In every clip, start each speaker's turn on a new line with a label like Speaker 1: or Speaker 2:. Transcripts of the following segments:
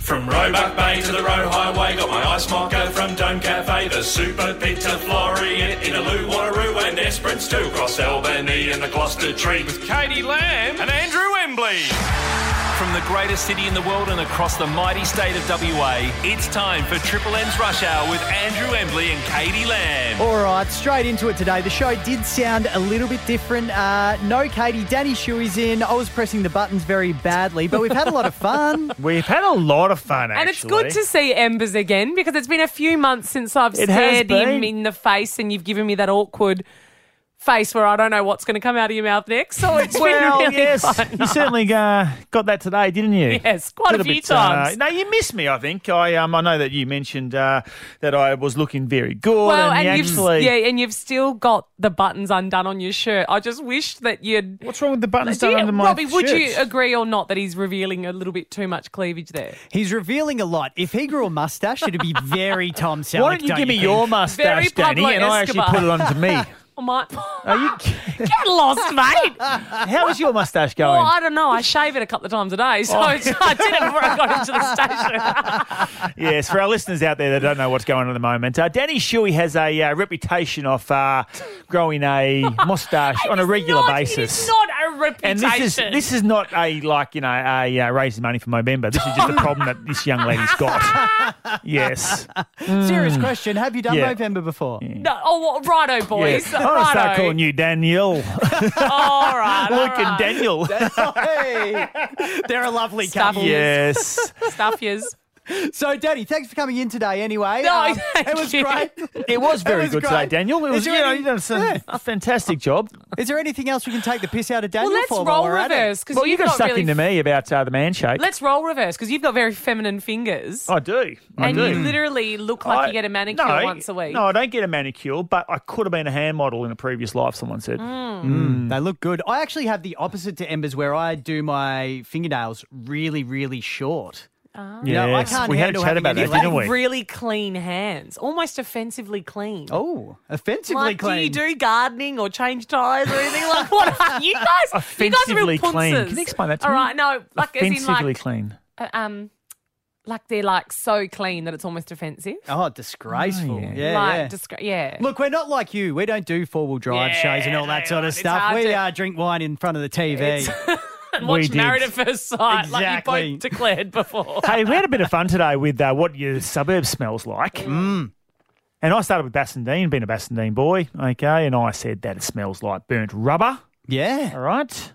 Speaker 1: From Roebuck Bay to the Roe Highway, got my ice mocha from Dome Cafe, the Super Pit to Florian, Inaloo, Wanneroo and Esperance too, cross Albany and the Gloucester Tree with Katie Lamb and Andrew Embley.
Speaker 2: From the greatest city in the world and across the mighty state of WA, it's time for Triple M's Rush Hour with Andrew Embley and Katie Lamb.
Speaker 3: All right, straight into it today. The show did sound a little bit different. Uh, no, Katie, Danny Shuey's in. I was pressing the buttons very badly, but we've had a lot of fun.
Speaker 4: We've had a lot of fun,
Speaker 5: And it's good to see Embers again because it's been a few months since I've
Speaker 4: It has
Speaker 5: stared him
Speaker 4: been.
Speaker 5: in the face and you've given me that awkward face where I don't know what's going to come out of your mouth next. So it's
Speaker 4: Well,
Speaker 5: been really
Speaker 4: yes,
Speaker 5: fun.
Speaker 4: you certainly uh, got that today, didn't you?
Speaker 5: Yes, quite a
Speaker 4: Little
Speaker 5: few
Speaker 4: uh,
Speaker 5: times.
Speaker 4: no, you missed me. I think I um, I know that you mentioned uh, that I was looking very good.
Speaker 5: Well,
Speaker 4: and,
Speaker 5: and,
Speaker 4: you
Speaker 5: you've
Speaker 4: actually,
Speaker 5: yeah, and you've still got the buttons undone on your shirt. I just wish that you'd.
Speaker 4: What's wrong with the buttons
Speaker 5: Do
Speaker 4: done
Speaker 5: you-
Speaker 4: under my
Speaker 5: Robbie, would you
Speaker 4: shirts?
Speaker 5: agree or not that he's revealing a little bit too much cleavage there?
Speaker 3: He's revealing a lot. If he grew a mustache, it'd be very Tom Selleck.
Speaker 4: Why don't you give me your
Speaker 5: Very
Speaker 4: mustache, Danny,
Speaker 5: Pablo
Speaker 4: and I actually
Speaker 5: Escobar.
Speaker 4: put it onto me?
Speaker 5: I might.
Speaker 4: Are you?
Speaker 5: Get lost, mate.
Speaker 4: How is your mustache going?
Speaker 5: Well, I don't know. I shave it a couple of times a day, so
Speaker 4: Oh.
Speaker 5: I did it before I got into the station.
Speaker 4: Yes, for our listeners out there that don't know what's going on at the moment, uh, Danny Shuey has a uh, reputation of uh, growing a mustache on a regular
Speaker 5: Not-
Speaker 4: basis.
Speaker 5: It is not a reputation.
Speaker 4: and this is this is not a like you know a uh, raising money for Movember. This is just a problem that this young lady's got. Yes.
Speaker 3: Serious question. Have you done
Speaker 4: Hmm. Yeah.
Speaker 3: November before?
Speaker 5: no, oh, well, righto,
Speaker 4: Yeah.
Speaker 5: boys.
Speaker 4: I'm gonna start
Speaker 5: righto.
Speaker 4: calling you Danielle. Look
Speaker 5: All right, all right.
Speaker 4: at Daniel.
Speaker 3: hey, they're a lovely
Speaker 5: Stuff
Speaker 3: couple.
Speaker 4: yes.
Speaker 5: Stuff yours.
Speaker 3: So, Danny, thanks for coming in today. Anyway,
Speaker 5: No,
Speaker 3: Um,
Speaker 5: thank
Speaker 3: it was
Speaker 5: you.
Speaker 3: great.
Speaker 4: It was very
Speaker 3: was
Speaker 4: good
Speaker 3: great.
Speaker 4: today, Daniel. It
Speaker 3: Is
Speaker 4: was you
Speaker 3: there
Speaker 4: know
Speaker 3: any-
Speaker 4: you done some- a fantastic job.
Speaker 3: Is there anything else we can take the piss out of Daniel
Speaker 5: Well, let's
Speaker 3: for? while
Speaker 5: roll
Speaker 3: we're at it?
Speaker 5: reverse because
Speaker 4: Well, you
Speaker 5: you've
Speaker 4: got
Speaker 5: got
Speaker 4: stuck
Speaker 5: really.
Speaker 4: into me about uh, the man shake.
Speaker 5: Let's roll reverse because you've got very feminine fingers,
Speaker 4: I do. I
Speaker 5: and
Speaker 4: do.
Speaker 5: you literally look like you get a manicure
Speaker 4: no,
Speaker 5: once a week.
Speaker 4: No, I don't get a manicure, but I could have been a hand model in a previous life, someone said.
Speaker 5: Mm.
Speaker 3: They look good. I actually have the opposite to Embers where I do my fingernails really, really short.
Speaker 4: Yes.
Speaker 3: No, I can't
Speaker 4: we had a
Speaker 3: handle
Speaker 4: chat
Speaker 3: having
Speaker 4: about
Speaker 3: any
Speaker 4: that, didn't we?
Speaker 3: length.
Speaker 5: Really clean hands, almost offensively clean.
Speaker 3: Oh, offensively
Speaker 5: Like,
Speaker 3: clean.
Speaker 5: do you do gardening or change tyres or anything? Like, what are you guys? You guys are real
Speaker 4: Offensively clean.
Speaker 5: punces.
Speaker 4: Can you explain that to
Speaker 5: All
Speaker 4: me?
Speaker 5: right, no, like as in
Speaker 4: Offensively
Speaker 5: like,
Speaker 4: clean.
Speaker 5: uh, um, like they're like so clean that it's almost offensive.
Speaker 3: oh, disgraceful.
Speaker 4: Oh, yeah.
Speaker 3: yeah. yeah,
Speaker 5: like, disgra- yeah.
Speaker 3: Look, we're not like you. We don't do four wheel drive
Speaker 5: Yeah,
Speaker 3: shows and all that
Speaker 5: no,
Speaker 3: sort of
Speaker 5: it's
Speaker 3: stuff.
Speaker 5: hard
Speaker 3: We
Speaker 5: to-
Speaker 3: uh, drink wine in front of the TV.
Speaker 5: and watch
Speaker 4: did.
Speaker 5: Married at First Sight, like
Speaker 3: Exactly.
Speaker 5: you both declared before.
Speaker 4: hey, we had a bit of fun today with uh, what your suburb smells like. And I started with Bassendean, being a Bassendean boy, okay, and I said that it smells like burnt rubber,
Speaker 3: yeah.
Speaker 4: all right?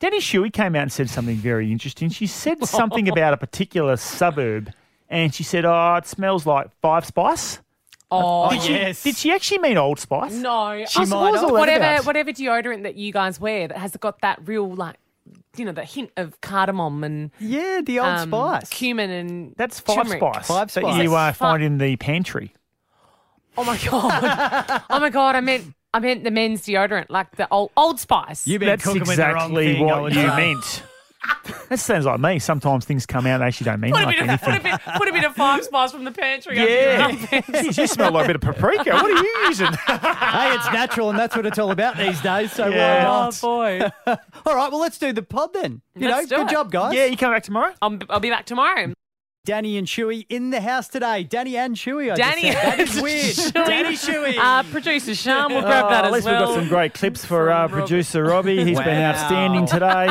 Speaker 4: Danny Shuey came out and said something very interesting. She said something about a particular suburb, and she said, oh, it smells like Five Spice.
Speaker 5: oh,
Speaker 3: Did you- Yes.
Speaker 4: Did she actually mean Old Spice?
Speaker 5: no,
Speaker 4: She
Speaker 5: Oh, so
Speaker 4: might
Speaker 5: what was
Speaker 4: have.
Speaker 5: all that whatever
Speaker 4: about?
Speaker 5: whatever deodorant that you guys wear that has got that real like, you know, the hint of cardamom and
Speaker 3: Yeah, the old
Speaker 5: um,
Speaker 3: spice.
Speaker 5: cumin and
Speaker 4: That's Five
Speaker 5: turmeric.
Speaker 4: Spice
Speaker 3: Five
Speaker 4: that
Speaker 3: Spice.
Speaker 4: you uh,
Speaker 5: Fi-
Speaker 4: find in the pantry.
Speaker 5: Oh my god! oh my god! I meant I meant the men's deodorant, like the old Old Spice.
Speaker 3: You've been
Speaker 4: That's
Speaker 3: cooking with the wrong
Speaker 4: exactly
Speaker 3: thing, I
Speaker 4: what
Speaker 3: would
Speaker 4: you
Speaker 3: say.
Speaker 4: meant. That sounds like me. Sometimes things come out and they actually don't mean
Speaker 5: put a
Speaker 4: like
Speaker 5: bit of
Speaker 4: anything.
Speaker 5: put a bit put a bit of Five Spice from the pantry. Oh, under your
Speaker 4: Yeah.
Speaker 5: armpit.
Speaker 4: Geez, you smell like a bit of paprika. What are you using?
Speaker 3: Hey, it's natural, and that's what it's all about these days. So
Speaker 4: Yeah.
Speaker 3: why
Speaker 5: Oh
Speaker 3: not?
Speaker 5: boy!
Speaker 3: All right, well, let's do the pod then. You
Speaker 5: Let's
Speaker 3: know,
Speaker 5: do
Speaker 3: good
Speaker 5: it.
Speaker 3: job, guys.
Speaker 4: yeah, you come back tomorrow?
Speaker 5: I'll, I'll be back tomorrow.
Speaker 3: Danny and Chewy in the house today. Danny and Chewy. I just
Speaker 5: Danny
Speaker 3: said. that is weird.
Speaker 5: Shuey.
Speaker 3: Danny Chewy.
Speaker 5: Uh, producer Sean will grab that
Speaker 4: Oh,
Speaker 5: as
Speaker 4: at least
Speaker 5: well.
Speaker 4: we've got some great clips for uh,
Speaker 5: From Rob-
Speaker 4: producer Robbie. He's been
Speaker 3: Wow.
Speaker 4: outstanding today.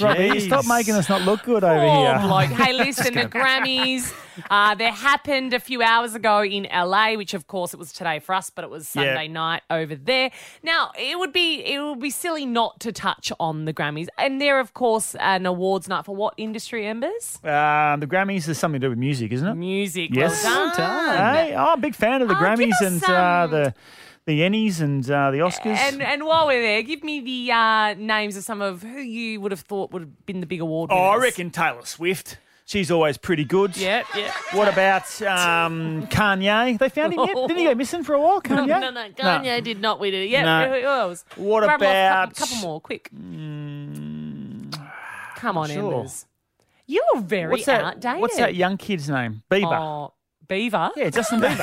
Speaker 4: Robbie,
Speaker 3: Jeez.
Speaker 4: stop making us not look good over
Speaker 5: Oh,
Speaker 4: here.
Speaker 5: bloke. Hey, listen, the Grammys, uh, they happened a few hours ago in LA, which of course it was today for us, but it was
Speaker 4: Yeah.
Speaker 5: Sunday night over there. Now, it would be it would be silly not to touch on the Grammys. And they're, of course, an awards night for what industry, Embers?
Speaker 4: Um, the Grammys is something to do with music, isn't it?
Speaker 5: Music.
Speaker 4: Yes.
Speaker 5: Well done.
Speaker 4: Hey, oh, I'm a big fan of the
Speaker 5: Oh, give
Speaker 4: Grammys
Speaker 5: us
Speaker 4: and uh,
Speaker 5: some-
Speaker 4: the the Ennies and uh, the Oscars.
Speaker 5: And, and while we're there, give me the uh, names of some of who you would have thought would have been the big award
Speaker 4: oh, I
Speaker 5: winners.
Speaker 4: reckon Taylor Swift. She's always pretty good.
Speaker 5: Yeah, yeah.
Speaker 4: What about um, Kanye? They found him yet? Didn't he go missing for a while, Kanye?
Speaker 5: No, no, no. Kanye did not win it. Yeah,
Speaker 4: No.
Speaker 5: who else?
Speaker 4: What
Speaker 5: Grab 'em
Speaker 4: about- Mm.
Speaker 5: Off, couple, couple more, quick. Come on,
Speaker 4: Sure.
Speaker 5: Embers. You are very
Speaker 4: What's that?
Speaker 5: outdated.
Speaker 4: What's that young kid's name? Bieber.
Speaker 5: Oh, Beaver.
Speaker 4: Yeah, Justin Bieber.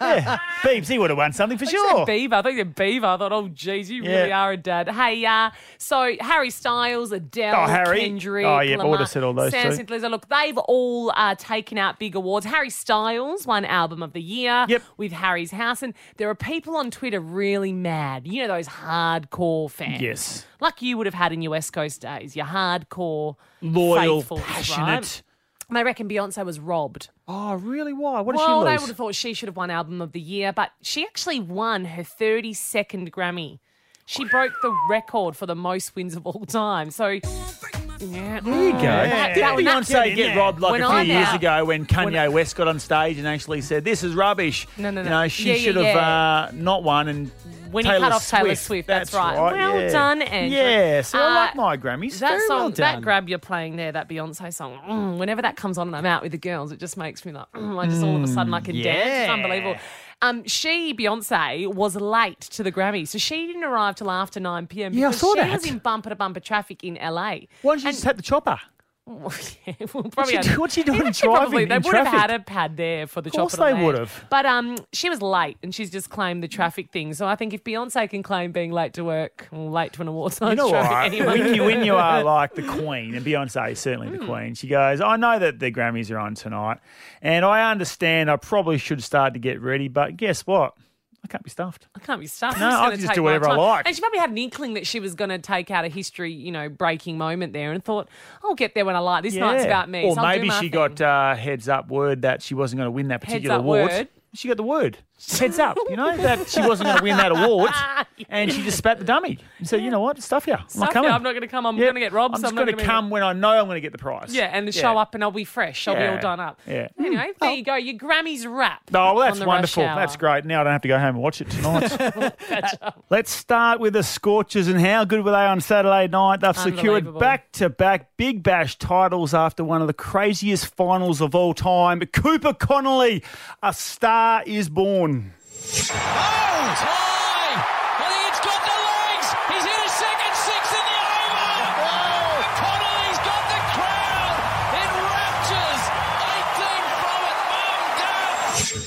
Speaker 4: yeah, Biebs, he would have won something for sure.
Speaker 5: Said Beaver. I think they're Beaver. I thought, oh, geez, you really
Speaker 4: Yeah.
Speaker 5: are a dad. Hey, uh, so Harry Styles, Adele,
Speaker 4: Oh, Harry.
Speaker 5: Kendrick,
Speaker 4: Oh, yeah, I
Speaker 5: Lamar,
Speaker 4: would've said all those
Speaker 5: Sam
Speaker 4: too.
Speaker 5: Smith, Lizzo. Look, they've all uh, taken out big awards. Harry Styles won Album of the Year
Speaker 4: Yep.
Speaker 5: with Harry's House, and there are people on Twitter really mad. You know those hardcore fans.
Speaker 4: Yes.
Speaker 5: like you would have had in your West Coast days. Your hardcore,
Speaker 4: Loyal,
Speaker 5: faithfuls, right?
Speaker 4: passionate.
Speaker 5: And they reckon Beyonce was robbed.
Speaker 4: Oh, really? Why? What did
Speaker 5: Well,
Speaker 4: she
Speaker 5: they would
Speaker 4: lose?
Speaker 5: have thought she should have won Album of the Year, but she actually won her 32nd Grammy. She broke the record for the most wins of all time. So, yeah.
Speaker 6: There you go.
Speaker 5: Yeah.
Speaker 6: Did
Speaker 5: Yeah. Yeah.
Speaker 6: Beyonce
Speaker 4: Yeah.
Speaker 6: get robbed like
Speaker 5: When
Speaker 6: a few
Speaker 5: I'm
Speaker 6: years
Speaker 5: out-
Speaker 6: ago when Kanye West got on stage and actually said, "This is rubbish"?
Speaker 5: No, no,
Speaker 6: You
Speaker 5: no.
Speaker 6: know, she
Speaker 5: Yeah, yeah,
Speaker 6: should have
Speaker 5: yeah.
Speaker 6: uh, not won. And
Speaker 5: When he
Speaker 6: Taylor
Speaker 5: cut off
Speaker 6: Swift.
Speaker 5: Taylor Swift, that's, right. Well
Speaker 6: yeah.
Speaker 5: done, Andrew.
Speaker 6: Yeah, so I
Speaker 5: Uh,
Speaker 6: like my Grammys.
Speaker 5: That
Speaker 6: Very
Speaker 5: song,
Speaker 6: well
Speaker 5: that
Speaker 6: done.
Speaker 5: grab you're playing there, that Beyonce song. mm, whenever that comes on and I'm out with the girls, it just makes me like, mm, I just all of a sudden I can dance. It's
Speaker 6: yeah.
Speaker 5: unbelievable. Um, she Beyonce was late to the Grammy, so she didn't arrive till after nine pm.
Speaker 6: Yeah, I
Speaker 5: because
Speaker 6: saw
Speaker 5: she
Speaker 6: that.
Speaker 5: was in bumper to bumper traffic in LA.
Speaker 6: Why don't you just have the chopper?
Speaker 5: Well, yeah, well, probably
Speaker 4: she
Speaker 5: had-
Speaker 4: do- what's she doing
Speaker 5: They'd actually
Speaker 4: driving
Speaker 5: Probably,
Speaker 4: in
Speaker 5: they would have
Speaker 4: traffic?
Speaker 5: had a pad there for the of
Speaker 4: course they would've.
Speaker 5: But um, she was late, and she's just claimed the traffic thing. So I think if Beyonce can claim being late to work, well, late to an awards,
Speaker 4: You know what?
Speaker 5: traffic anyone Hmm.
Speaker 4: When you, when you are like the queen, and Beyonce is certainly the queen, she goes, I know that the Grammys are on tonight, and I understand I probably should start to get ready, but guess what? I can't be stuffed.
Speaker 5: I can't be stuck.
Speaker 4: No, I can just do whatever I like.
Speaker 5: And she probably had an inkling that she was going to take out a history, you know, breaking moment there, and thought, "I'll get there when I like." This night's about me.
Speaker 4: Or
Speaker 5: so I'll do
Speaker 4: maybe
Speaker 5: my
Speaker 4: she
Speaker 5: thing.
Speaker 4: got uh, heads up word that she wasn't going to win that particular
Speaker 5: up
Speaker 4: award.
Speaker 5: word?
Speaker 4: She got the word. Heads up, you know, that she wasn't going to win that award. And she just spat the dummy and said, you know what, stuff you. I'm
Speaker 5: Stuff
Speaker 4: not
Speaker 5: you,
Speaker 4: coming.
Speaker 5: I'm not going to come. I'm
Speaker 4: Yeah,
Speaker 5: going to get robbed.
Speaker 4: I'm
Speaker 5: so
Speaker 4: just
Speaker 5: not
Speaker 4: going to
Speaker 5: gonna be-
Speaker 4: come when I know I'm going to get the prize.
Speaker 5: Yeah, and show up, and I'll be fresh. I'll be
Speaker 4: Yeah.
Speaker 5: all done up.
Speaker 4: Yeah.
Speaker 5: Anyway, there you go. Your Grammy's wrap.
Speaker 4: Oh, well,
Speaker 5: on
Speaker 4: that's
Speaker 5: the
Speaker 4: wonderful.
Speaker 5: Rush Hour.
Speaker 4: That's great. Now I don't have to go home and watch it tonight. Uh, Let's start with the Scorchers and how good were they on Saturday night? They've secured
Speaker 5: Unbelievable.
Speaker 4: back to back Big Bash titles after one of the craziest finals of all time. Cooper Connolly, a star is born.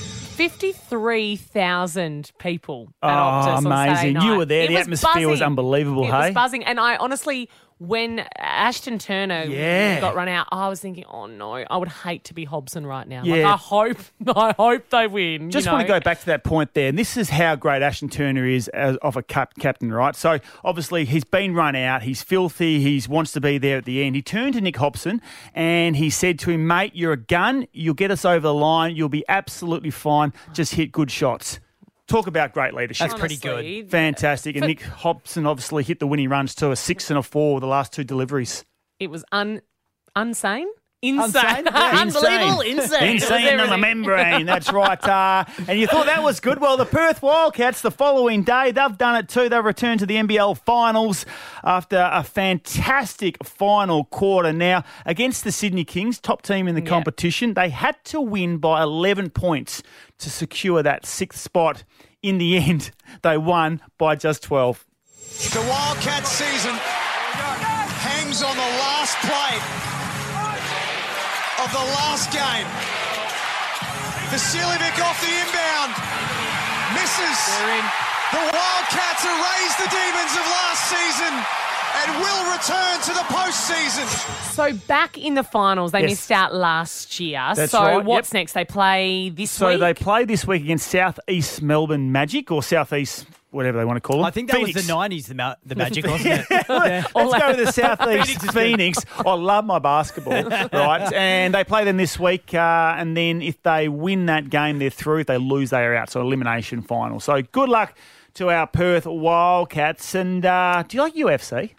Speaker 5: Fifty-three thousand people at
Speaker 4: Oh,
Speaker 5: Optus on Saturday
Speaker 4: amazing. You
Speaker 5: night.
Speaker 4: were there.
Speaker 5: It
Speaker 4: The atmosphere was
Speaker 5: buzzing.
Speaker 4: unbelievable,
Speaker 5: It
Speaker 4: hey?
Speaker 5: was buzzing, and I honestly, when Ashton Turner
Speaker 4: Yeah.
Speaker 5: got run out, I was thinking, oh no, I would hate to be Hobson right now. Like,
Speaker 4: Yeah.
Speaker 5: I hope, I hope they win.
Speaker 4: Just
Speaker 5: you
Speaker 4: want to
Speaker 5: know?
Speaker 4: go back to that point there, and this is how great Ashton Turner is as of a cup captain, right? So obviously he's been run out, he's filthy, he wants to be there at the end. He turned to Nick Hobson and he said to him, "Mate, you're a gun. You'll get us over the line. You'll be absolutely fine. Just hit good shots." Talk about great leadership.
Speaker 6: That's pretty good.
Speaker 5: Honestly,
Speaker 4: Fantastic, and Nick Hobson obviously hit the winning runs too—a six and a four, the last two deliveries.
Speaker 5: It was un, unsane, insane,
Speaker 4: Insane? Yeah.
Speaker 5: unbelievable, insane, It was
Speaker 4: Insane on the
Speaker 5: everything.
Speaker 4: membrane. That's right. Uh, and you thought that was good. Well, the Perth Wildcats, the following day, they've done it too. They've returned to the NBL finals after a fantastic final quarter. Now, against the Sydney Kings, top team in the competition, they had to win by 11 points to secure that sixth spot. In the end, they won by just 12.
Speaker 7: The Wildcat season hangs on the last play of the last game. Vasiljevic off the inbound, misses. The Wildcats erase the demons of last season and will return to the postseason.
Speaker 5: So back in the finals, they
Speaker 4: Yes.
Speaker 5: missed out last year.
Speaker 4: That's
Speaker 5: so
Speaker 4: right,
Speaker 5: what's
Speaker 4: yep.
Speaker 5: next? They play this
Speaker 4: So
Speaker 5: week.
Speaker 4: they play this week against South East Melbourne Magic or South East, whatever they want to call them.
Speaker 6: I think that was
Speaker 4: Phoenix.
Speaker 6: the '90s, the, ma- the magic, wasn't it? yeah.
Speaker 4: Let's go to the southeast Phoenix. I love my basketball, right? And they play them this week, uh, and then if they win that game, they're through. If they lose, they are out. So elimination final. So good luck to our Perth Wildcats. And uh, do you like UFC?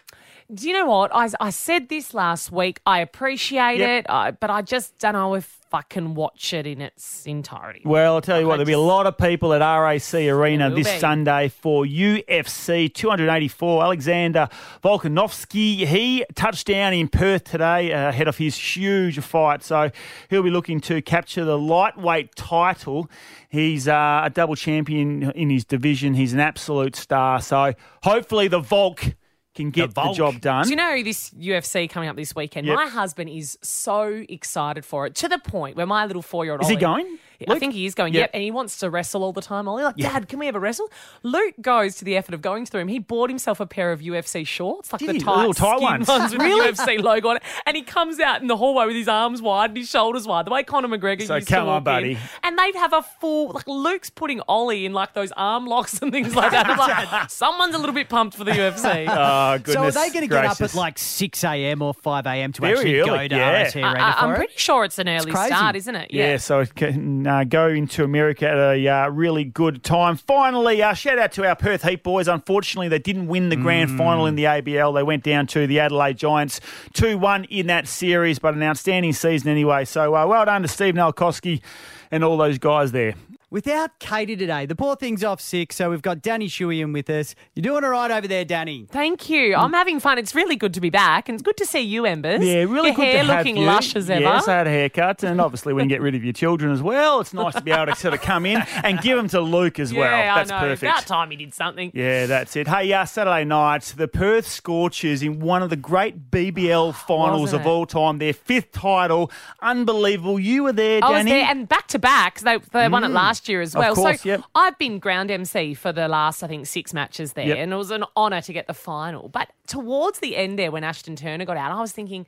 Speaker 5: Do you know what? I, I said this last week. I appreciate
Speaker 4: Yep.
Speaker 5: it, I, but I just don't know if I can watch it in its entirety.
Speaker 4: Well, I'll tell you what,
Speaker 5: I
Speaker 4: there'll be a lot of people at RAC Arena
Speaker 5: will
Speaker 4: this
Speaker 5: be.
Speaker 4: Sunday for UFC 284. Alexander Volkanovski, he touched down in Perth today uh, ahead of his huge fight. So he'll be looking to capture the lightweight title. He's uh, a double champion in his division. He's an absolute star. So hopefully the Volk can get the,
Speaker 6: Volk.
Speaker 4: job done.
Speaker 5: Do you know this UFC coming up this weekend?
Speaker 4: Yep.
Speaker 5: My husband is so excited for it to the point where my little four year old
Speaker 4: Is he going?
Speaker 5: I think he is going, yep. And he wants to wrestle all the time. Ollie, like, Dad, can we have a wrestle? Luke goes to the effort of going through him. He bought himself a pair of UFC shorts, like
Speaker 4: Did
Speaker 5: the
Speaker 4: he? The
Speaker 5: tight,
Speaker 4: little tight
Speaker 5: skin
Speaker 4: ones.
Speaker 5: with the UFC logo on it. And he comes out in the hallway with his arms wide and his shoulders wide, the way Conor McGregor
Speaker 4: So
Speaker 5: used
Speaker 4: come on,
Speaker 5: to walk in.
Speaker 4: buddy.
Speaker 5: And they'd have a full, like, Luke's putting Ollie in, like, those arm locks and things like that. I'm like, someone's a little bit pumped for the UFC.
Speaker 3: So
Speaker 4: Oh,
Speaker 3: are
Speaker 4: goodness
Speaker 3: they going to get up
Speaker 4: gracious.
Speaker 3: at like 6 a.m. or 5 a.m. to
Speaker 4: Very
Speaker 3: actually
Speaker 4: early,
Speaker 3: go to
Speaker 4: yeah.
Speaker 3: RSC Arena
Speaker 5: I-
Speaker 3: for
Speaker 5: I'm
Speaker 3: it?
Speaker 5: pretty sure it's an early
Speaker 3: crazy.
Speaker 5: start, isn't it?
Speaker 4: Yeah, so it can uh, go into America at a uh, really good time. Finally, uh, shout out to our Perth Heat boys. Unfortunately, they didn't win the grand
Speaker 5: Mm.
Speaker 4: final in the ABL. They went down to the Adelaide Giants 2 1 in that series, but an outstanding season anyway. So uh, well done to Steve Nolkowski and all those guys there.
Speaker 3: Without Katie today, the poor thing's off sick, so we've got Danny Shuey in with us. You're doing all right over there, Danny.
Speaker 5: Thank you. I'm having fun. It's really good to be back, and it's good to see you, Embers.
Speaker 4: Mm. Yeah, really
Speaker 5: Your
Speaker 4: good
Speaker 5: hair
Speaker 4: to have
Speaker 5: looking
Speaker 4: you.
Speaker 5: lush as ever.
Speaker 4: Yes, I had a haircut, and obviously we can get rid of your children as well. It's nice to be able to sort of come in and give them to Luke as well.
Speaker 5: Yeah,
Speaker 4: That's
Speaker 5: I know.
Speaker 4: perfect.
Speaker 5: About time he did something.
Speaker 4: Yeah, that's it. Hey, uh, Saturday night, the Perth Scorchers in one of the great BBL finals
Speaker 5: Wasn't
Speaker 4: of
Speaker 5: it?
Speaker 4: all time, their fifth title. Unbelievable. You were there,
Speaker 5: I was
Speaker 4: Danny. Mm.
Speaker 5: there, and back to back, 'cause they, they won it last year as well.
Speaker 4: course,
Speaker 5: so
Speaker 4: yep.
Speaker 5: I've been ground MC for the last, I think, six matches there,
Speaker 4: Yep.
Speaker 5: and it was an honour to get the final. But towards the end there, when Ashton Turner got out, I was thinking,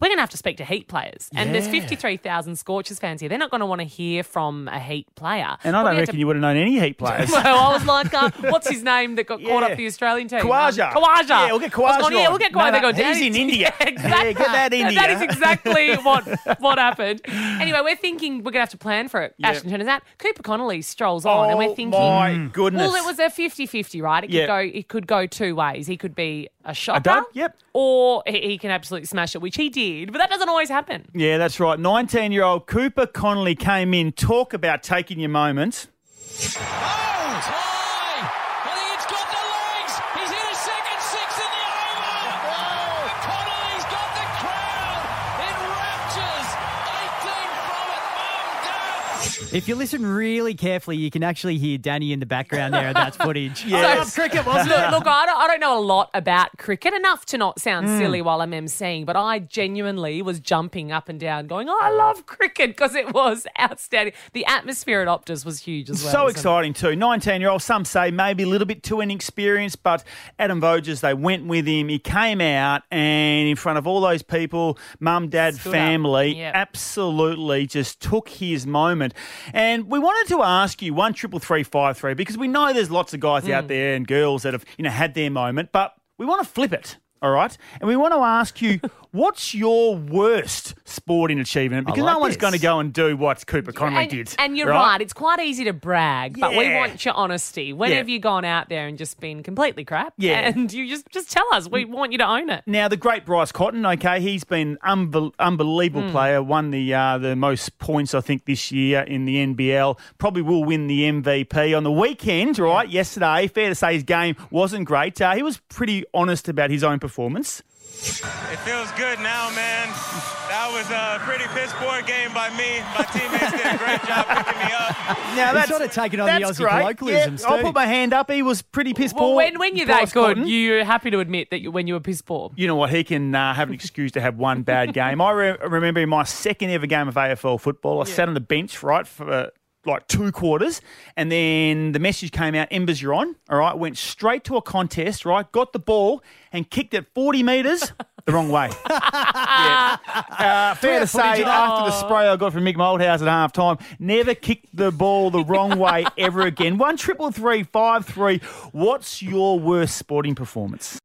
Speaker 5: we're going to have to speak to Heat players, and there's 53,000 Scorchers fans here. They're not going to want to hear from a Heat player.
Speaker 4: and I don't
Speaker 5: But we had
Speaker 4: reckon
Speaker 5: to
Speaker 4: you would have known any Heat players.
Speaker 5: well, I was like, uh, what's his name that got caught
Speaker 4: Yeah.
Speaker 5: up the Australian team?
Speaker 4: Kawaja.
Speaker 5: Um, Kawaja.
Speaker 4: Yeah, we'll get
Speaker 5: I was
Speaker 4: Kawaja
Speaker 5: going, Yeah,
Speaker 4: on.
Speaker 5: we'll get
Speaker 4: No,
Speaker 5: Kawaja.
Speaker 4: no,
Speaker 5: Go,
Speaker 4: he's
Speaker 5: "Daddy,
Speaker 4: in India."
Speaker 5: Yeah, exactly.
Speaker 4: Yeah, get that
Speaker 5: That
Speaker 4: India.
Speaker 5: is exactly what what happened. Anyway, we're thinking we're going to have to plan for it. Ashton Turner's out. Cooper Connolly strolls on, and we're
Speaker 4: Oh,
Speaker 5: thinking.
Speaker 4: my goodness.
Speaker 5: Well, it was a 50-50, right? It could
Speaker 4: Yeah.
Speaker 5: go. It could go two ways. He could be a shocker,
Speaker 4: dud? Yep.
Speaker 5: or he, he can absolutely smash it, which he did. But that doesn't always happen.
Speaker 4: yeah, that's right. 19 year old Cooper Connolly came in. Talk about taking your moment.
Speaker 3: If you listen really carefully, you can actually hear Danny in the background there, and that's footage.
Speaker 5: So- look, look, I don't, I don't know a lot about cricket, enough to not sound
Speaker 4: Mm.
Speaker 5: silly while I'm emceeing, but I genuinely was jumping up and down going, "Oh, I love cricket because it was outstanding. The atmosphere at Optus was huge as well.
Speaker 4: So
Speaker 5: wasn't it?
Speaker 4: exciting too. 19 year old, some say maybe a little bit too inexperienced, but Adam Voges, they went with him. He came out and in front of all those people, mum, dad,
Speaker 5: Stood up.
Speaker 4: family,
Speaker 5: Yep.
Speaker 4: absolutely just took his moment. And we wanted to ask you, one triple three five three, because we know there's lots of guys
Speaker 5: Hmm.
Speaker 4: out there and girls that have, you know, had their moment, but we want to flip it. All right. And we want to ask you, what's your worst sporting achievement? Because
Speaker 3: like
Speaker 4: no one's
Speaker 3: this.
Speaker 4: going to go and do what Cooper Conley
Speaker 5: and,
Speaker 4: did.
Speaker 5: and you're right? It's quite easy to brag, but we
Speaker 4: Yeah.
Speaker 5: want your honesty. When
Speaker 4: Yeah.
Speaker 5: have you gone out there and just been completely crap?
Speaker 4: Yeah.
Speaker 5: And you just, just tell us. We want you to own it.
Speaker 4: Now the great Bryce Cotton, okay, he's been unbel- unbelievable player. Won the uh, the most points I think this year in the NBL. Probably will win the MVP on the weekend, right? Yesterday, fair to say his game wasn't great. Uh, he was pretty honest about his own performance.
Speaker 8: It feels good now, man. That was a pretty piss poor game by me. My teammates did a great job picking me up.
Speaker 4: Now
Speaker 3: He's sort of taking on the
Speaker 4: that's
Speaker 3: Aussie
Speaker 4: great.
Speaker 3: colloquialisms
Speaker 4: Yeah, I'll
Speaker 3: too.
Speaker 4: put my hand up. He was pretty piss
Speaker 5: Well,
Speaker 4: poor.
Speaker 5: when, when you're that
Speaker 4: Bryce
Speaker 5: good,
Speaker 4: Cotton.
Speaker 5: you're happy to admit that you, when you were piss poor.
Speaker 4: you know what? He can uh, have an excuse to have one bad game. I re- remember in my second ever game of AFL football, I sat on the bench, right, for uh, like two quarters. And then the message came out, Embers, you're on. All right, went straight to a contest, right, got the ball and kicked it 40 metres the wrong way. Yeah. Uh, fair to say, after the spray I got from Mick Moldhouse at half time, never kicked the ball the wrong way ever again. One triple three five three. What's your worst sporting performance?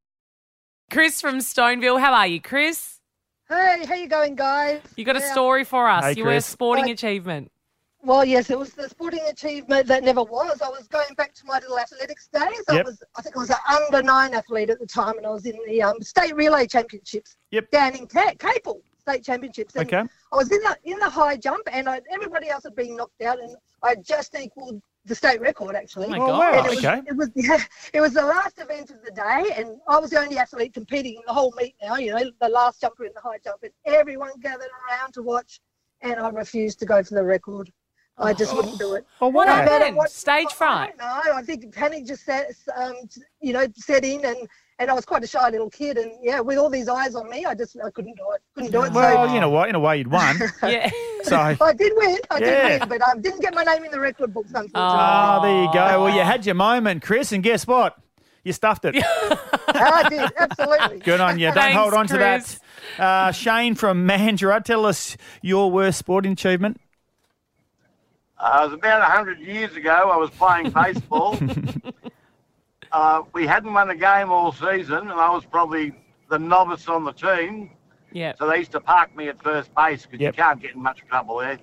Speaker 5: Chris from Stoneville, how are you, Chris?
Speaker 9: Hey, how you going, guys?
Speaker 5: You got a
Speaker 9: Yeah.
Speaker 5: story for us.
Speaker 4: Hey,
Speaker 5: You were a
Speaker 4: Chris.
Speaker 5: sporting
Speaker 9: Hi.
Speaker 5: achievement.
Speaker 9: Well, yes, it was the sporting achievement that never was. I was going back to my little athletics days. I
Speaker 4: Yep.
Speaker 9: was, I think, I was an under nine athlete at the time, and I was in the um, state relay championships
Speaker 4: Yep.
Speaker 9: down in Ca- Capel State Championships. And
Speaker 4: Okay.
Speaker 9: I was in the in the high jump, and I, everybody else had been knocked out, and I just equaled the state record actually.
Speaker 5: my
Speaker 4: Oh,
Speaker 5: God.
Speaker 4: wow.
Speaker 9: And it was,
Speaker 4: Okay.
Speaker 9: It was, yeah, it was the last event of the day, and I was the only athlete competing in the whole meet now, you know, the last jumper in the high jump, and everyone gathered around to watch, and I refused to go for the record. I just wouldn't do it.
Speaker 4: Oh,
Speaker 5: What
Speaker 9: No
Speaker 5: happened?
Speaker 9: matter what-
Speaker 5: Stage fright.
Speaker 9: I don't know. I think panic just set, um, you know, set in, and and I was quite a shy little kid, and yeah, with all these eyes on me, I just I couldn't do it. Couldn't do it.
Speaker 4: Well,
Speaker 9: so,
Speaker 4: you know what? In a way, you'd won.
Speaker 5: Yeah.
Speaker 4: So.
Speaker 9: I did win. I
Speaker 4: Yeah.
Speaker 9: did win, but I didn't get my name in the record books,
Speaker 5: Oh.
Speaker 9: unfortunately.
Speaker 4: Ah, there you go. Well, you had your moment, Chris, and guess what? You stuffed it.
Speaker 9: I did, absolutely.
Speaker 4: Good on you. Don't
Speaker 5: Thanks,
Speaker 4: hold on
Speaker 5: Chris.
Speaker 4: to that. Uh, Shane from Mandurah, tell us your worst sporting achievement.
Speaker 10: Uh, it was about 100 years ago. I was playing baseball. uh, we hadn't won a game all season, and I was probably the novice on the team.
Speaker 5: Yeah.
Speaker 10: So they used to park me at first base because
Speaker 4: Yep.
Speaker 10: you can't get in much trouble there.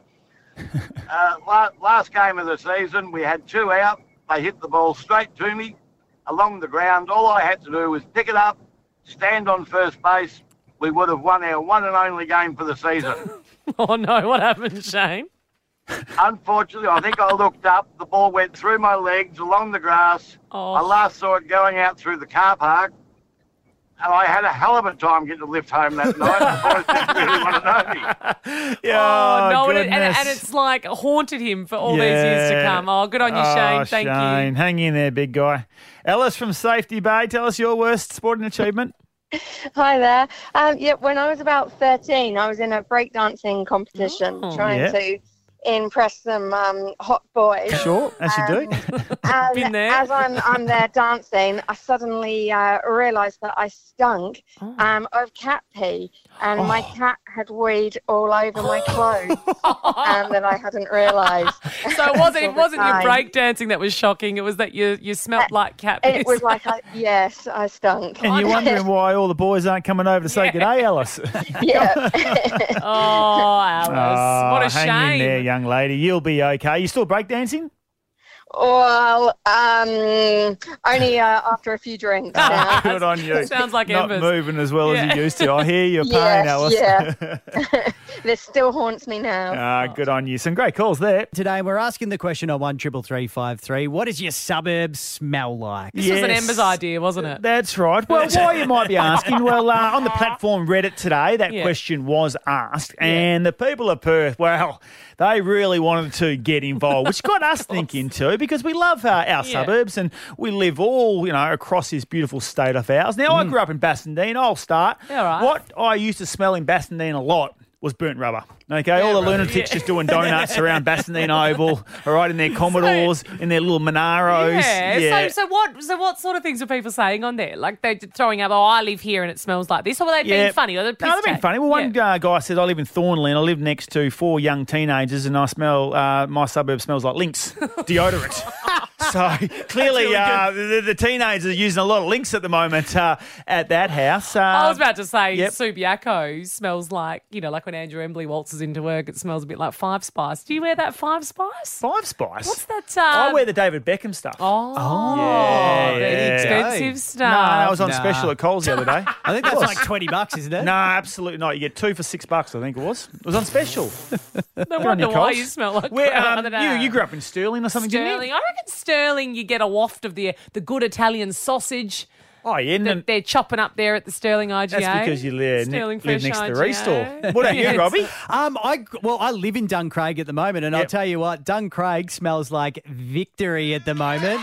Speaker 10: uh, la- last game of the season, we had two out. They hit the ball straight to me along the ground. All I had to do was pick it up, stand on first base. We would have won our one and only game for the season.
Speaker 5: Oh no, what happened, Shane?
Speaker 10: Unfortunately, I think I looked up. The ball went through my legs along the grass.
Speaker 5: Oh.
Speaker 10: I last saw it going out through the car park. And I had a hell of a time getting the lift home that night. The boys didn't really want to know me.
Speaker 5: Oh, no, and, it- and,
Speaker 4: goodness.
Speaker 5: and it's like haunted him for all these years to
Speaker 4: Yeah.
Speaker 5: come. Oh, good on you, Shane.
Speaker 4: Oh,
Speaker 5: Thank
Speaker 4: Shane. Hang in there, big guy. Ellis from Safety Bay, tell us your worst sporting achievement.
Speaker 11: Hi there. Um, yeah, when I was about 13, I was in a breakdancing competition trying
Speaker 4: Yeah.
Speaker 11: to impress some um, hot boys.
Speaker 4: Sure, as you do.
Speaker 11: And
Speaker 5: Been there.
Speaker 11: As I'm, I'm there dancing, I suddenly uh, realised that I stunk um, of cat pee, and my cat had weed all over my clothes, and that I hadn't realised.
Speaker 5: you. So it wasn't
Speaker 11: until the
Speaker 5: it wasn't your
Speaker 11: time.
Speaker 5: breakdancing that was shocking. It was that you you smelt like cat piss.
Speaker 11: It was like, I, yes, I stunk.
Speaker 4: And you're wondering why all the boys aren't coming over to say
Speaker 5: Yeah.
Speaker 4: good day, Ellis.
Speaker 11: yeah.
Speaker 5: oh, Alice,
Speaker 4: Oh,
Speaker 5: what a
Speaker 4: hang in there,
Speaker 5: shame.
Speaker 4: young lady. You'll be okay. You still breakdancing?
Speaker 11: Well, um, only uh, after a few drinks. now.
Speaker 4: Good on you.
Speaker 5: Ah, Sounds like
Speaker 4: Not
Speaker 5: Embers.
Speaker 4: moving as well as
Speaker 5: Yeah.
Speaker 4: you used to. I hear your pain, Ellis.
Speaker 11: Yes, yeah. this still haunts me now.
Speaker 4: Ah, good on you. Some great calls there.
Speaker 3: Today we're asking the question on one triple three five three. What does your suburb smell like?
Speaker 5: This was an
Speaker 4: Yes.
Speaker 5: Ember's idea, wasn't it?
Speaker 4: That's right. Well, why you might be asking? Well, uh, on the platform Reddit today, that
Speaker 5: Yeah.
Speaker 4: question was asked, and the people of Perth, well, they really wanted to get involved, which got us thinking too, because we love uh, our suburbs and we live all you know across this beautiful state of ours. Now, I grew up in Bassendean. I'll start.
Speaker 5: Mm. Yeah, all right.
Speaker 4: What I used to smell in Bassendean a lot. Was burnt rubber. Okay, all the lunatics just doing donuts around Bassendean Oval, all right, in their Commodores, in their little Monaros.
Speaker 5: Yeah. So, so what? So what sort of things were people saying on there? Like they are throwing up, "Oh, I live here and it smells like this," or were they being funny? Or they
Speaker 4: no, they've been
Speaker 5: piss-take?
Speaker 4: funny. Well, one
Speaker 5: Yeah.
Speaker 4: uh, guy said, I live in Thornley and I live next to four young teenagers and I smell, uh, my suburb smells like Lynx deodorant. so clearly uh, the, the teenagers are using a lot of Lynx at the moment uh, at that house. Uh,
Speaker 5: I was about to say
Speaker 4: yep.
Speaker 5: Subiaco smells like you know, like when Andrew Embley waltzes into work, it smells a bit like Five Spice. Do you wear that Five Spice?
Speaker 4: Five Spice.
Speaker 5: What's that?
Speaker 4: I
Speaker 5: Uh,
Speaker 4: wear the David Beckham stuff.
Speaker 5: Oh,
Speaker 4: Yeah,
Speaker 5: the
Speaker 4: yeah.
Speaker 5: expensive
Speaker 4: No, no,
Speaker 5: stuff.
Speaker 4: I was on
Speaker 3: Nah.
Speaker 4: special at Coles the other day.
Speaker 3: I think that's like twenty bucks, isn't it?
Speaker 4: No, absolutely not. You get two for six bucks, I think it was. It was on special.
Speaker 5: no
Speaker 4: Good on
Speaker 5: wonder
Speaker 4: you,
Speaker 5: why
Speaker 4: Coles.
Speaker 5: you smell like
Speaker 4: Where,
Speaker 5: crap
Speaker 4: um,
Speaker 5: other than
Speaker 4: you,
Speaker 5: that.
Speaker 4: you grew up in Sterling or something, didn't
Speaker 5: Sterling.
Speaker 4: you?
Speaker 5: I reckon Sterling, you get a waft of the the good Italian sausage
Speaker 4: Oh, yeah. and
Speaker 5: that
Speaker 4: then-
Speaker 5: they're chopping up there at the Sterling IGA.
Speaker 4: That's because you live, ne-
Speaker 5: Sterling
Speaker 4: live
Speaker 5: Fresh
Speaker 4: next to the
Speaker 5: IGA.
Speaker 4: restore. What about
Speaker 5: Yes.
Speaker 4: you, Robbie?
Speaker 3: Um, I well, I live in Duncraig at the moment, and I'll
Speaker 4: Yep.
Speaker 3: tell you what, Duncraig smells like victory at the moment.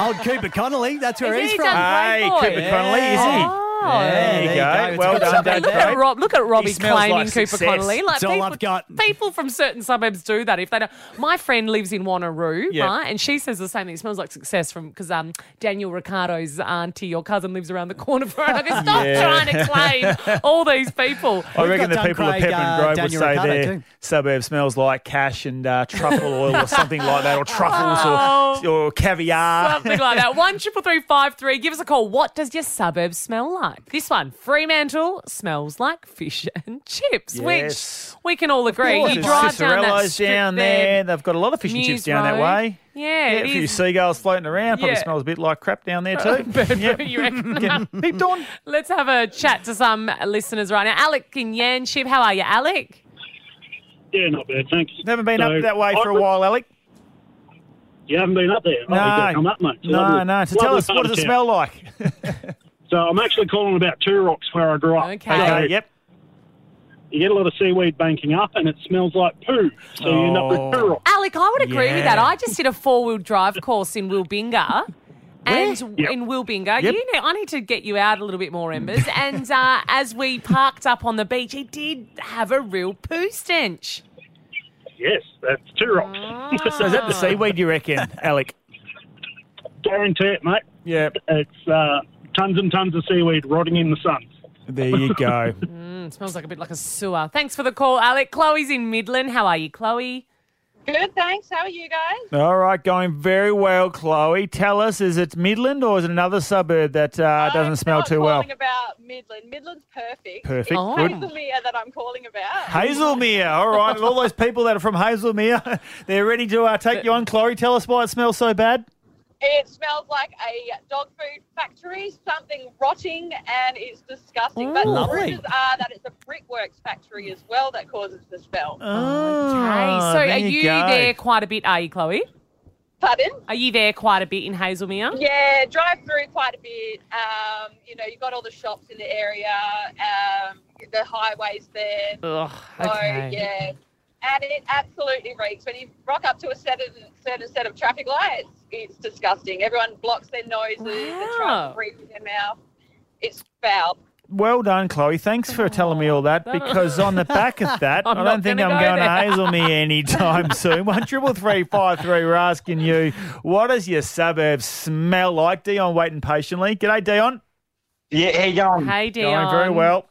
Speaker 3: Old Cooper Connolly, that's where
Speaker 5: Is
Speaker 3: he's
Speaker 5: he
Speaker 3: from.
Speaker 5: Dun-
Speaker 4: Hey,
Speaker 5: Great boy.
Speaker 4: Cooper Connolly, is he?
Speaker 5: Oh.
Speaker 3: Yeah,
Speaker 4: there you
Speaker 3: there
Speaker 4: go.
Speaker 3: you go.
Speaker 4: Well
Speaker 3: It's
Speaker 4: done,
Speaker 3: got
Speaker 4: Dad.
Speaker 3: something
Speaker 5: Look at, Rob, look at Robbie
Speaker 4: smells
Speaker 5: claiming
Speaker 4: like
Speaker 5: Cooper
Speaker 4: success.
Speaker 5: Connolly. Like
Speaker 3: It's all I've got.
Speaker 5: people from certain suburbs do that. If they don't, my friend lives in Wanneroo,
Speaker 4: Yeah.
Speaker 5: right? And she says the same thing. It smells like success from because um, Daniel Ricardo's auntie or cousin lives around the corner from her. And I go, stop trying to claim all these people.
Speaker 4: I reckon the
Speaker 3: got
Speaker 4: people of
Speaker 3: Duncraig,
Speaker 4: Peppermint
Speaker 3: uh,
Speaker 4: Grove would
Speaker 3: Daniel
Speaker 4: say
Speaker 3: Ricciardo
Speaker 4: their
Speaker 3: too.
Speaker 4: suburb smells like cash and uh, truffle oil or something like that, or truffles
Speaker 5: Oh.
Speaker 4: or, or caviar.
Speaker 5: Something like that. One triple three five three. Give us a call. What does your suburb smell like? This one, Fremantle, smells like fish and chips,
Speaker 4: Yes.
Speaker 5: which we can all agree.
Speaker 4: Of course,
Speaker 5: you
Speaker 4: there's
Speaker 5: drive down that
Speaker 4: Cicerello's
Speaker 5: strip
Speaker 4: down there. They've got a lot of fish and
Speaker 5: Mews
Speaker 4: chips down that
Speaker 5: Road.
Speaker 4: way.
Speaker 5: Yeah,
Speaker 4: yeah
Speaker 5: it
Speaker 4: a few
Speaker 5: is.
Speaker 4: seagulls floating around. Probably
Speaker 5: Yeah.
Speaker 4: smells a bit like crap down there too. yep.
Speaker 5: You reckon?
Speaker 4: Getting peeped on.
Speaker 5: Let's have a chat to some listeners right now. Alec in Yanship, how are you, Alec?
Speaker 10: Yeah, not bad, thanks.
Speaker 4: Haven't been up that way for a while, Alec.
Speaker 10: You haven't been up there?
Speaker 4: No, no, no. So tell us, what does it smell like?
Speaker 10: So I'm actually calling about Two Rocks, where I grew up.
Speaker 5: Okay.
Speaker 4: Okay, yep.
Speaker 10: You get a lot of seaweed banking up, and it smells like poo. So you end up
Speaker 4: Oh.
Speaker 10: with Two Rocks.
Speaker 5: Alec, I would agree with that.
Speaker 4: Yeah.
Speaker 5: I just did a four wheel drive course in Wilbinga. And
Speaker 10: Yep.
Speaker 5: in Wilbinga,
Speaker 4: Yep.
Speaker 5: you know, I need to get you out a little bit more, Embers. and uh, as we parked up on the beach, it did have a real poo stench.
Speaker 12: yes, that's two rocks.
Speaker 4: Ah.
Speaker 13: so is that the seaweed you reckon, Alec?
Speaker 12: Guarantee it, mate.
Speaker 13: Yeah.
Speaker 12: It's uh, tons and tons of seaweed rotting in the sun.
Speaker 13: There you go.
Speaker 5: Mm, it smells like a bit like a sewer. Thanks for the call, Alec. Chloe's in Midland. How are you, Chloe?
Speaker 9: Good, thanks. How are you guys?
Speaker 4: All right, going very well, Chloe. Tell us, is it Midland or is it another suburb that uh, doesn't smell
Speaker 9: Not
Speaker 4: too well?
Speaker 9: calling about Midland. Midland's perfect.
Speaker 4: Perfect,
Speaker 9: It's
Speaker 4: good.
Speaker 9: Hazelmere that I'm calling about.
Speaker 4: Hazelmere, all right. and all those people that are from Hazelmere, they're ready to uh, take you on, Chloe. Tell us why it smells so bad.
Speaker 9: It smells like a dog food factory, something rotting, and it's disgusting. but the
Speaker 4: Lovely.
Speaker 9: rumours are that it's a brickworks factory as well that causes the smell.
Speaker 5: Okay, so
Speaker 4: Ah, there
Speaker 5: are
Speaker 4: you
Speaker 5: you
Speaker 4: go.
Speaker 5: there quite a bit, are you, Chloe?
Speaker 9: Pardon?
Speaker 5: Are you there quite a bit in Hazelmere?
Speaker 9: Yeah, drive through quite a bit. Um, you know, you've got all the shops in the area, um, the highways there.
Speaker 5: Ugh,
Speaker 9: So,
Speaker 5: okay.
Speaker 9: yeah. And it absolutely reeks. When you rock up to a certain, certain set of traffic lights, it's disgusting. Everyone blocks their noses, the
Speaker 4: Wow.
Speaker 9: trucks breathe in their mouth. It's foul.
Speaker 4: Well done, Chloe. Thanks for telling me all that because on the back of that,
Speaker 9: I'm
Speaker 4: I
Speaker 9: not
Speaker 4: don't think I'm
Speaker 9: gonna
Speaker 4: going
Speaker 9: go
Speaker 4: to
Speaker 9: there.
Speaker 4: hazel me anytime soon. One triple three five three. We're asking you, what does your suburb smell like? Dion waiting patiently. G'day, Dion.
Speaker 10: Yeah, how you going?
Speaker 5: Hey,
Speaker 4: Going very
Speaker 5: Dion.
Speaker 4: well.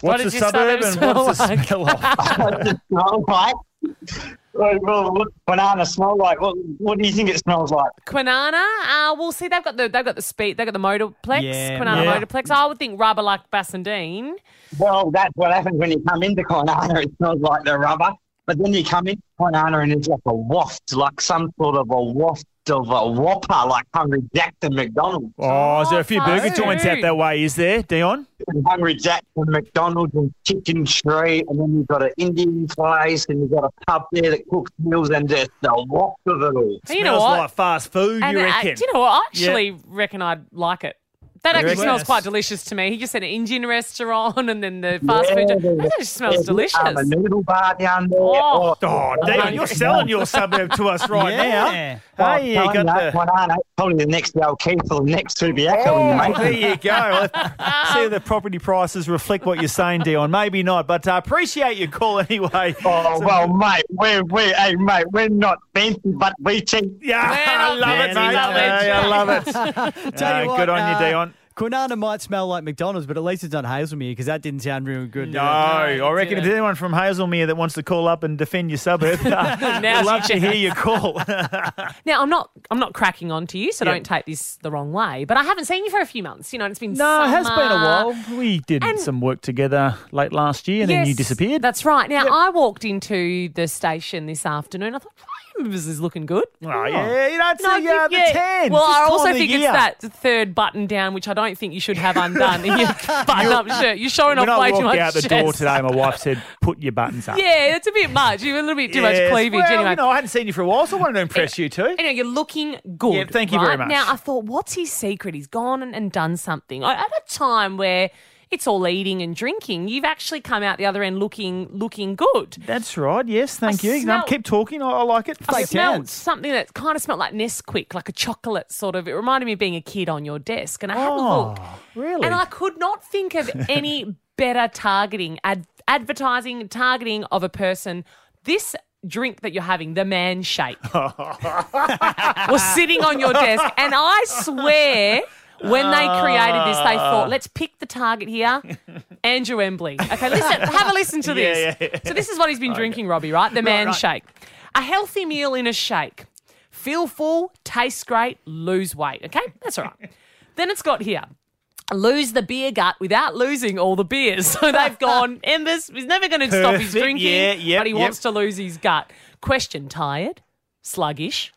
Speaker 4: What's the
Speaker 10: does your
Speaker 4: suburb,
Speaker 10: suburb
Speaker 4: and what's the smell
Speaker 10: smell
Speaker 4: like?
Speaker 10: smell like? Well, well, what banana smell like? What, what do you think it smells like?
Speaker 5: Quinana, uh, we'll see. They've got the they've got the speed. They've got the motorplex,
Speaker 10: Yeah,
Speaker 5: Quinana
Speaker 10: yeah.
Speaker 5: motorplex. I would think rubber like Bassendean.
Speaker 10: Well, that's what happens when you come into Cornana. It smells like the rubber. But then you come into Cornana and it's like a waft, like some sort of a waft of a whopper, like Hungry Jack and McDonald's.
Speaker 4: Oh, is there a few burger joints out that way? Is there, Dion?
Speaker 10: Hungry Jack and McDonald's and Chicken Tree, and then you've got an Indian place, and you've got a pub there that cooks meals, and just the waft of it all.
Speaker 5: You know Smells what? like
Speaker 4: fast food,
Speaker 5: And, uh, do you know what? I actually reckon I'd like it. That
Speaker 10: You
Speaker 5: actually
Speaker 10: reckon?
Speaker 5: smells
Speaker 10: Yes.
Speaker 5: quite delicious to me. He just said an Indian restaurant and then the fast food.
Speaker 10: Yeah,
Speaker 5: That just smells
Speaker 10: there's,
Speaker 5: delicious.
Speaker 10: um, a noodle bar down there.
Speaker 5: Oh.
Speaker 4: Oh, Dion, you're selling your suburb to us right
Speaker 10: Yeah.
Speaker 4: now.
Speaker 10: Well,
Speaker 4: Hey, you got the.
Speaker 10: one on, eh? probably the next Al Keith or the next Subiaco.
Speaker 4: Oh,
Speaker 10: mate.
Speaker 4: there you go. Let's See if the property prices reflect what you're saying, Dion. Maybe not, but I appreciate your call anyway.
Speaker 10: Oh, well, mate, we're, we're, hey, mate, we're not fancy, but we cheap.
Speaker 4: Yeah, I love it, mate. Yeah, I love it.
Speaker 3: Tell
Speaker 4: Uh,
Speaker 3: you what,
Speaker 4: good on
Speaker 3: uh,
Speaker 4: you, Dion.
Speaker 3: Quinana might smell like McDonald's, but at least it's not Hazelmere because that didn't sound real good. Uh,
Speaker 4: No, I reckon if there's anyone from Hazelmere that wants to call up and defend your suburb, uh,
Speaker 5: Now's
Speaker 4: we'd love to
Speaker 5: your
Speaker 4: hear
Speaker 5: chance.
Speaker 4: your call.
Speaker 5: Now I'm not I'm not cracking on to you, so
Speaker 4: Yeah.
Speaker 5: don't take this the wrong way. But I haven't seen you for a few months. You know, and it's been
Speaker 4: no, it has been a
Speaker 5: summer.
Speaker 4: while. We did
Speaker 5: And-
Speaker 4: some work together late last year, and then you
Speaker 5: Yes,
Speaker 4: disappeared.
Speaker 5: That's right. Now I walked into the station this afternoon. I thought Ryan Rivers is looking good.
Speaker 4: Oh, yeah, you don't see uh, the tans
Speaker 5: Well,
Speaker 4: this
Speaker 5: I
Speaker 4: time
Speaker 5: also
Speaker 4: of
Speaker 5: think it's
Speaker 4: year.
Speaker 5: that third button down, which I don't think you should have undone in your button-up shirt. You're showing
Speaker 4: when
Speaker 5: off
Speaker 4: I
Speaker 5: way too
Speaker 4: walked
Speaker 5: much
Speaker 4: out the door
Speaker 5: chest.
Speaker 4: today, my wife said, "Put your buttons up."
Speaker 5: Yeah, it's a bit much. You're a little bit too much
Speaker 4: Yes.
Speaker 5: cleavage.
Speaker 4: Well,
Speaker 5: anyway,
Speaker 4: you know, I hadn't seen you for a while, so I wanted to impress you too.
Speaker 5: Anyway, you're looking good.
Speaker 4: Yeah, thank you very
Speaker 5: right?
Speaker 4: much.
Speaker 5: Now, I thought, what's his secret? He's gone and, and done something. I- At a time where it's all eating and drinking, you've actually come out the other end looking looking good.
Speaker 4: That's right. Yes, thank you. No,
Speaker 5: smell-
Speaker 4: keep talking. I, I like it.
Speaker 5: I
Speaker 4: Fake
Speaker 5: smelled
Speaker 4: tans.
Speaker 5: something that kind of smelled like Nesquik, like a chocolate sort of. It reminded me of being a kid on your desk, and I had a look,
Speaker 4: Ah. really?
Speaker 5: and I could not think of any better targeting, ad- advertising, targeting of a person. This drink that you're having, the man shake. was sitting on your desk. And I swear, when they created this, they
Speaker 14: Ah.
Speaker 5: thought, let's pick the target here, Andrew Embley. Okay, listen, have a listen to
Speaker 14: Yeah,
Speaker 5: this.
Speaker 14: yeah, yeah.
Speaker 5: So, this is what he's been drinking, Robbie, right? The
Speaker 14: Right,
Speaker 5: man
Speaker 14: right.
Speaker 5: shake. A healthy meal in a shake. Feel full, tastes great, lose weight. Okay, that's all right. then it's got here. Lose the beer gut without losing all the beers. So they've gone, Embers is never going to stop his
Speaker 4: Perfect,
Speaker 5: drinking,
Speaker 4: yeah, yep,
Speaker 5: but he
Speaker 4: yep.
Speaker 5: wants to lose his gut. Question tired, sluggish,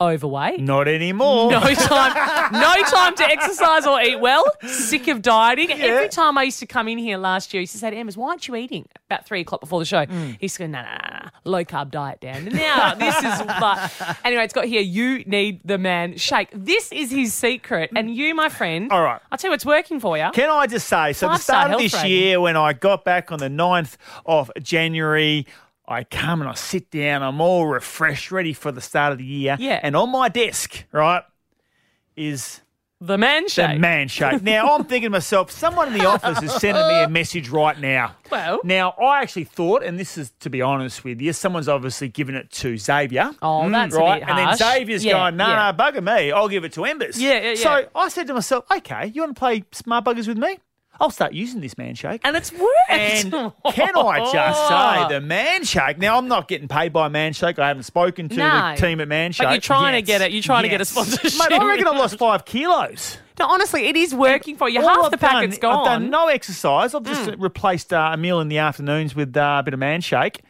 Speaker 5: overweight.
Speaker 4: Not anymore.
Speaker 5: No time, no time to exercise or eat well. Sick of dieting. Every time I used to come in here last year, I used to say to Emma's, "Why aren't you eating?" About three o'clock before the show,
Speaker 4: Mm.
Speaker 5: he used to go, "No, no, no, no, low carb diet, Dan." And now this is. But anyway, it's got here. You need the man shake. This is his secret, and you, my friend. All right, I'll tell you what's working for you.
Speaker 4: Can I just say, so the
Speaker 5: Five-star
Speaker 4: start of
Speaker 5: health
Speaker 4: this
Speaker 5: rating.
Speaker 4: year, when I got back on the 9th of January, I come and I sit down, I'm all refreshed, ready for the start of the year.
Speaker 5: Yeah.
Speaker 4: And on my desk, right, is
Speaker 5: The man shape.
Speaker 4: The man shape. Now, I'm thinking to myself, someone in the office is sending me a message right now.
Speaker 5: Well.
Speaker 4: Now, I actually thought, and this is to be honest with you, someone's obviously given it to Xavier.
Speaker 5: Oh, that's a
Speaker 4: Mm, right.
Speaker 5: bit
Speaker 4: And
Speaker 5: harsh.
Speaker 4: then Xavier's
Speaker 5: Yeah,
Speaker 4: going, no,
Speaker 5: yeah.
Speaker 4: no, bugger me. I'll give it to Embers.
Speaker 5: Yeah, yeah, yeah.
Speaker 4: So I said to myself, okay, you want to play smart buggers with me? I'll start using this man shake.
Speaker 5: And it's worked. Oh.
Speaker 4: And can I just say the man shake? Now I'm not getting paid by man shake. I haven't spoken to
Speaker 5: No.
Speaker 4: the team at man shake.
Speaker 5: But you're trying to get it. You're trying to get a sponsorship.
Speaker 4: Mate, I reckon I lost five kilos.
Speaker 5: No, honestly, it is working for you.
Speaker 4: All
Speaker 5: Half
Speaker 4: I've
Speaker 5: the packet's
Speaker 4: done-
Speaker 5: gone. Hmm.
Speaker 4: I've done no exercise. I've just replaced uh, a meal in the afternoons with uh, a bit of man shake,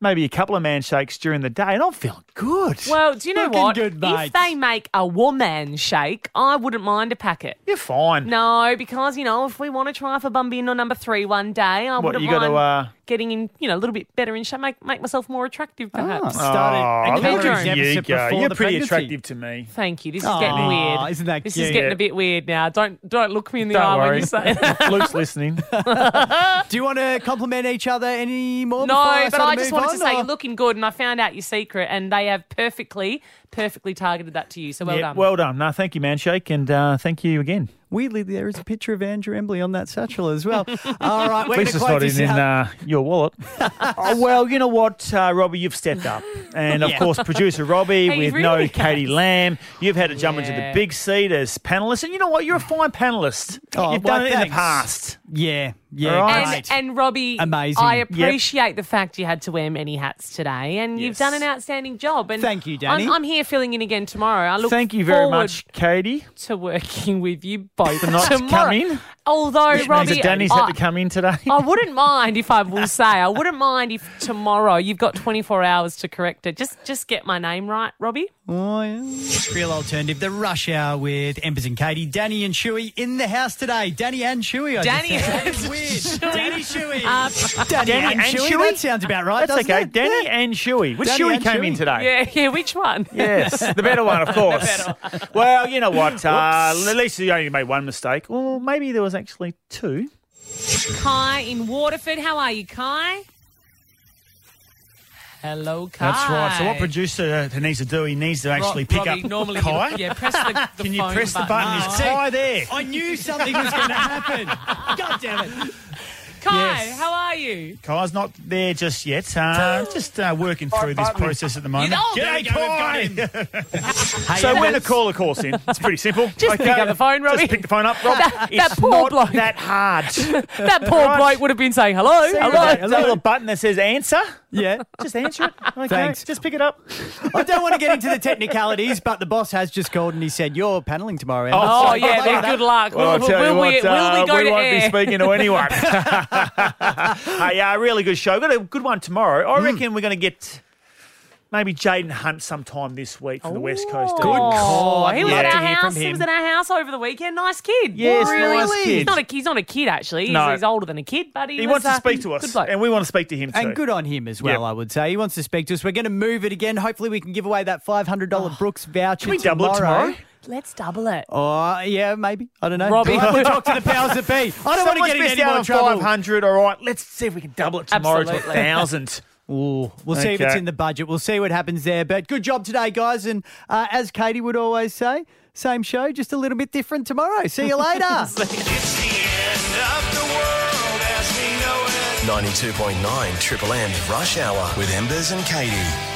Speaker 4: maybe a couple of man shakes during the day, and I'm feeling good.
Speaker 5: Well, do you know
Speaker 4: Looking
Speaker 5: what?
Speaker 4: good, mate.
Speaker 5: if they make a woman shake, I wouldn't mind a packet.
Speaker 4: You're fine.
Speaker 5: No, because you know, if we want to try for Bumbino number three one day, I
Speaker 4: What,
Speaker 5: wouldn't
Speaker 4: you gotta,
Speaker 5: mind
Speaker 4: uh,
Speaker 5: getting in, you know, a little bit better in shape, make make myself more attractive,
Speaker 4: Ah.
Speaker 5: perhaps.
Speaker 4: Oh,
Speaker 5: a calorie
Speaker 4: there you
Speaker 5: deficit
Speaker 4: go.
Speaker 5: before
Speaker 4: You're
Speaker 5: the
Speaker 4: pretty
Speaker 5: pregnancy.
Speaker 4: attractive to me.
Speaker 5: Thank you. This is
Speaker 4: Aw,
Speaker 5: getting weird.
Speaker 4: isn't that
Speaker 5: This is
Speaker 4: cute?
Speaker 5: getting
Speaker 4: Yeah.
Speaker 5: a bit weird now. Don't don't look me in the
Speaker 4: Don't
Speaker 5: eye when
Speaker 4: worry.
Speaker 5: you say that.
Speaker 4: Luke's listening.
Speaker 3: Do you want to compliment each other any more? before
Speaker 5: No, but
Speaker 3: sort of
Speaker 5: I just
Speaker 3: move
Speaker 5: wanted to
Speaker 3: on,
Speaker 5: say
Speaker 3: or-
Speaker 5: you're looking good, and I found out your secret, and they have perfectly, perfectly targeted that to you. So well
Speaker 4: Yeah,
Speaker 5: done.
Speaker 4: Well done. No, thank you, man shake, and uh, thank you again.
Speaker 3: Weirdly, there is a picture of Andrew Embley on that satchel as well. All right, we're
Speaker 4: At
Speaker 3: going
Speaker 4: least
Speaker 3: to
Speaker 4: it's not
Speaker 3: close
Speaker 4: in,
Speaker 3: this
Speaker 4: in
Speaker 3: out.
Speaker 4: uh, your wallet. oh, well, you know what, uh, Robbie, you've stepped up. And of
Speaker 3: Yeah.
Speaker 4: course, producer Robbie
Speaker 3: He
Speaker 4: with
Speaker 3: really
Speaker 4: no Katie Lamb. You've had to jump into the
Speaker 3: Yeah.
Speaker 4: big seat as panelist. And you know what? You're a fine panelist.
Speaker 3: Oh,
Speaker 4: you've
Speaker 3: well,
Speaker 4: done it in
Speaker 3: thanks.
Speaker 4: the past.
Speaker 3: Yeah,
Speaker 4: All
Speaker 3: yeah,
Speaker 4: right.
Speaker 3: great.
Speaker 5: And Robbie,
Speaker 3: Amazing.
Speaker 5: I
Speaker 3: Yep.
Speaker 5: appreciate the fact you had to wear many hats today, and you've done an outstanding job. And
Speaker 4: Thank you,
Speaker 5: I'm-
Speaker 4: Danny.
Speaker 5: I'm, here filling in again tomorrow. I look
Speaker 4: Thank you very
Speaker 5: forward
Speaker 4: much, Katie.
Speaker 5: to working with you both
Speaker 4: For not
Speaker 5: tomorrow.
Speaker 4: coming.
Speaker 5: Although
Speaker 4: Which means
Speaker 5: Robbie,
Speaker 4: that Danny's
Speaker 5: I, Oh,
Speaker 4: had to come in today.
Speaker 5: I wouldn't mind if I will say I wouldn't mind if tomorrow you've got 24 hours to correct it. Just just get my name right, Robbie.
Speaker 3: Oh, yeah. Real alternative, the rush hour with Embers and Katie, Danny and Shuey in the house today. Danny and Shuey. I just
Speaker 5: Danny
Speaker 3: said.
Speaker 5: and
Speaker 3: Danny Shuey.
Speaker 5: Uh,
Speaker 3: Danny, and, Shuey. That sounds about right.
Speaker 4: That's
Speaker 3: doesn't
Speaker 4: okay.
Speaker 3: it?
Speaker 4: Danny
Speaker 3: Yeah.
Speaker 4: and Shuey. Which
Speaker 3: Danny
Speaker 4: Shuey
Speaker 3: and
Speaker 4: came in
Speaker 3: Shuey.
Speaker 4: today?
Speaker 5: Yeah, yeah. Which one?
Speaker 4: Yes, the better one, of course. well, you know what? Uh,
Speaker 5: Whoops.
Speaker 4: at least you only made one mistake. Well, maybe there was actually two.
Speaker 5: Kai in Waterford. How are you, Kai? Hello, Kai.
Speaker 4: That's right. So what producer needs to do, he needs to actually
Speaker 5: Rob-
Speaker 4: pick
Speaker 5: Robbie,
Speaker 4: up
Speaker 5: normally you-
Speaker 4: Kai.
Speaker 5: yeah, press the- the
Speaker 4: Can you
Speaker 5: phone
Speaker 4: press the
Speaker 5: button. Ah,
Speaker 4: button? Is
Speaker 5: No.
Speaker 4: Kai there?
Speaker 3: I knew something was going to happen. God damn it.
Speaker 5: Kai,
Speaker 4: Yes.
Speaker 5: how are you?
Speaker 4: Kai's not there just yet. Uh, just uh, working through this process at the moment.
Speaker 5: You know, there
Speaker 4: G'day,
Speaker 5: we go,
Speaker 4: Kai!
Speaker 5: we've Hey,
Speaker 4: so when
Speaker 5: Evans.
Speaker 4: a caller calls in, it's pretty simple.
Speaker 5: Just pick up the phone, Robbie.
Speaker 4: Just pick the phone up, Rob.
Speaker 5: That-
Speaker 4: it's
Speaker 5: that poor
Speaker 4: not
Speaker 5: bloke.
Speaker 4: that hard.
Speaker 5: That poor
Speaker 4: Right.
Speaker 5: bloke would have been saying hello,
Speaker 4: See
Speaker 5: hello.
Speaker 4: that little button that says answer.
Speaker 3: Yeah.
Speaker 4: Just answer it. Okay.
Speaker 3: Thanks.
Speaker 4: Just pick it up.
Speaker 3: I don't want to get into the technicalities, but the boss has just called and he said, You're paneling tomorrow. Em."
Speaker 5: Oh, yeah, then good luck.
Speaker 4: Well, I'll
Speaker 5: will
Speaker 4: tell you
Speaker 5: will we,
Speaker 4: what,
Speaker 5: will
Speaker 4: uh,
Speaker 5: we go
Speaker 4: we
Speaker 5: to
Speaker 4: won't
Speaker 5: air?
Speaker 4: be speaking to anyone. hey, uh, really good show. Got a good one tomorrow.
Speaker 3: Hmm.
Speaker 4: I reckon we're going to get maybe Jaden Hunt sometime this week from the West Coast. Good
Speaker 5: Oh,
Speaker 4: call.
Speaker 5: he was at our house. He was at our house over the weekend. Nice kid.
Speaker 4: Yes,
Speaker 5: really.
Speaker 4: nice
Speaker 5: He's
Speaker 4: kid.
Speaker 5: not a he's not a kid actually. He's,
Speaker 4: No.
Speaker 5: he's older than a kid, but he,
Speaker 4: He
Speaker 5: was,
Speaker 4: wants to
Speaker 5: uh,
Speaker 4: speak to
Speaker 5: Good
Speaker 4: us,
Speaker 5: bloke.
Speaker 4: and we want to speak to him too.
Speaker 3: And good on him as well,
Speaker 4: Yep.
Speaker 3: I would say. He wants to speak to us. We're going to move it again. Hopefully, we can give away that $500 Brooks voucher
Speaker 4: Oh, Can we double it tomorrow?
Speaker 5: Let's double it.
Speaker 3: Oh, yeah, maybe. I don't know.
Speaker 5: Robbie.
Speaker 3: we'll talk to the powers that be. I don't want to
Speaker 4: Someone's
Speaker 3: get into
Speaker 4: missed
Speaker 3: any
Speaker 4: out
Speaker 3: more
Speaker 4: on
Speaker 3: trouble.
Speaker 4: 500. All right, let's see if we can double it tomorrow to
Speaker 3: Absolutely.
Speaker 4: 1,000.
Speaker 3: Ooh, We'll see if it's
Speaker 4: Okay.
Speaker 3: in the budget. We'll see what happens there. But good job today, guys. And uh, as Katie would always say, same show, just a little bit different tomorrow. See you later.
Speaker 15: Ninety-two point nine Triple M Rush Hour with Embers and Katie.